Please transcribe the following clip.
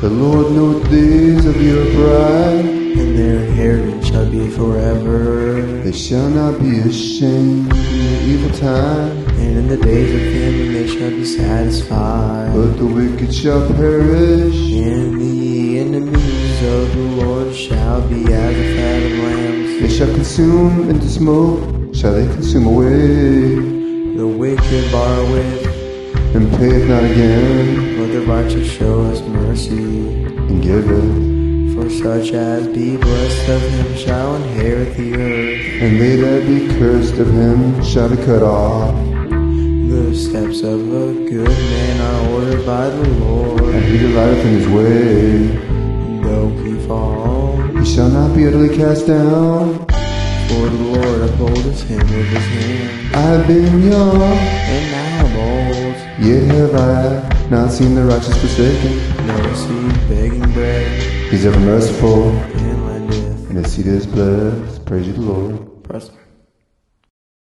The Lord know the days of your bride, and their heritage shall be forever. they shall not be ashamed in the evil time, And in the days of famine they shall be satisfied. but the wicked shall perish. And the enemies of the Lord shall be as the fat of lambs. They shall consume into smoke, shall they consume away, The wicked borroweth, and pay it not again, but the righteous showeth mercy. and give it, For such as be blessed of him shall inherit the earth. and they that be cursed of him shall be cut off. The steps of a good man are ordered by the And Lord. he delighteth in his way, Though he fall, he shall not be utterly cast down. for the Lord upholdeth him with his hand. I have been young, And now of old. yet have I not seen the righteous forsaken. Mercy, begging bread, He's ever merciful, and lendeth. and his seed is blessed. Praise you, the Lord. Prosper.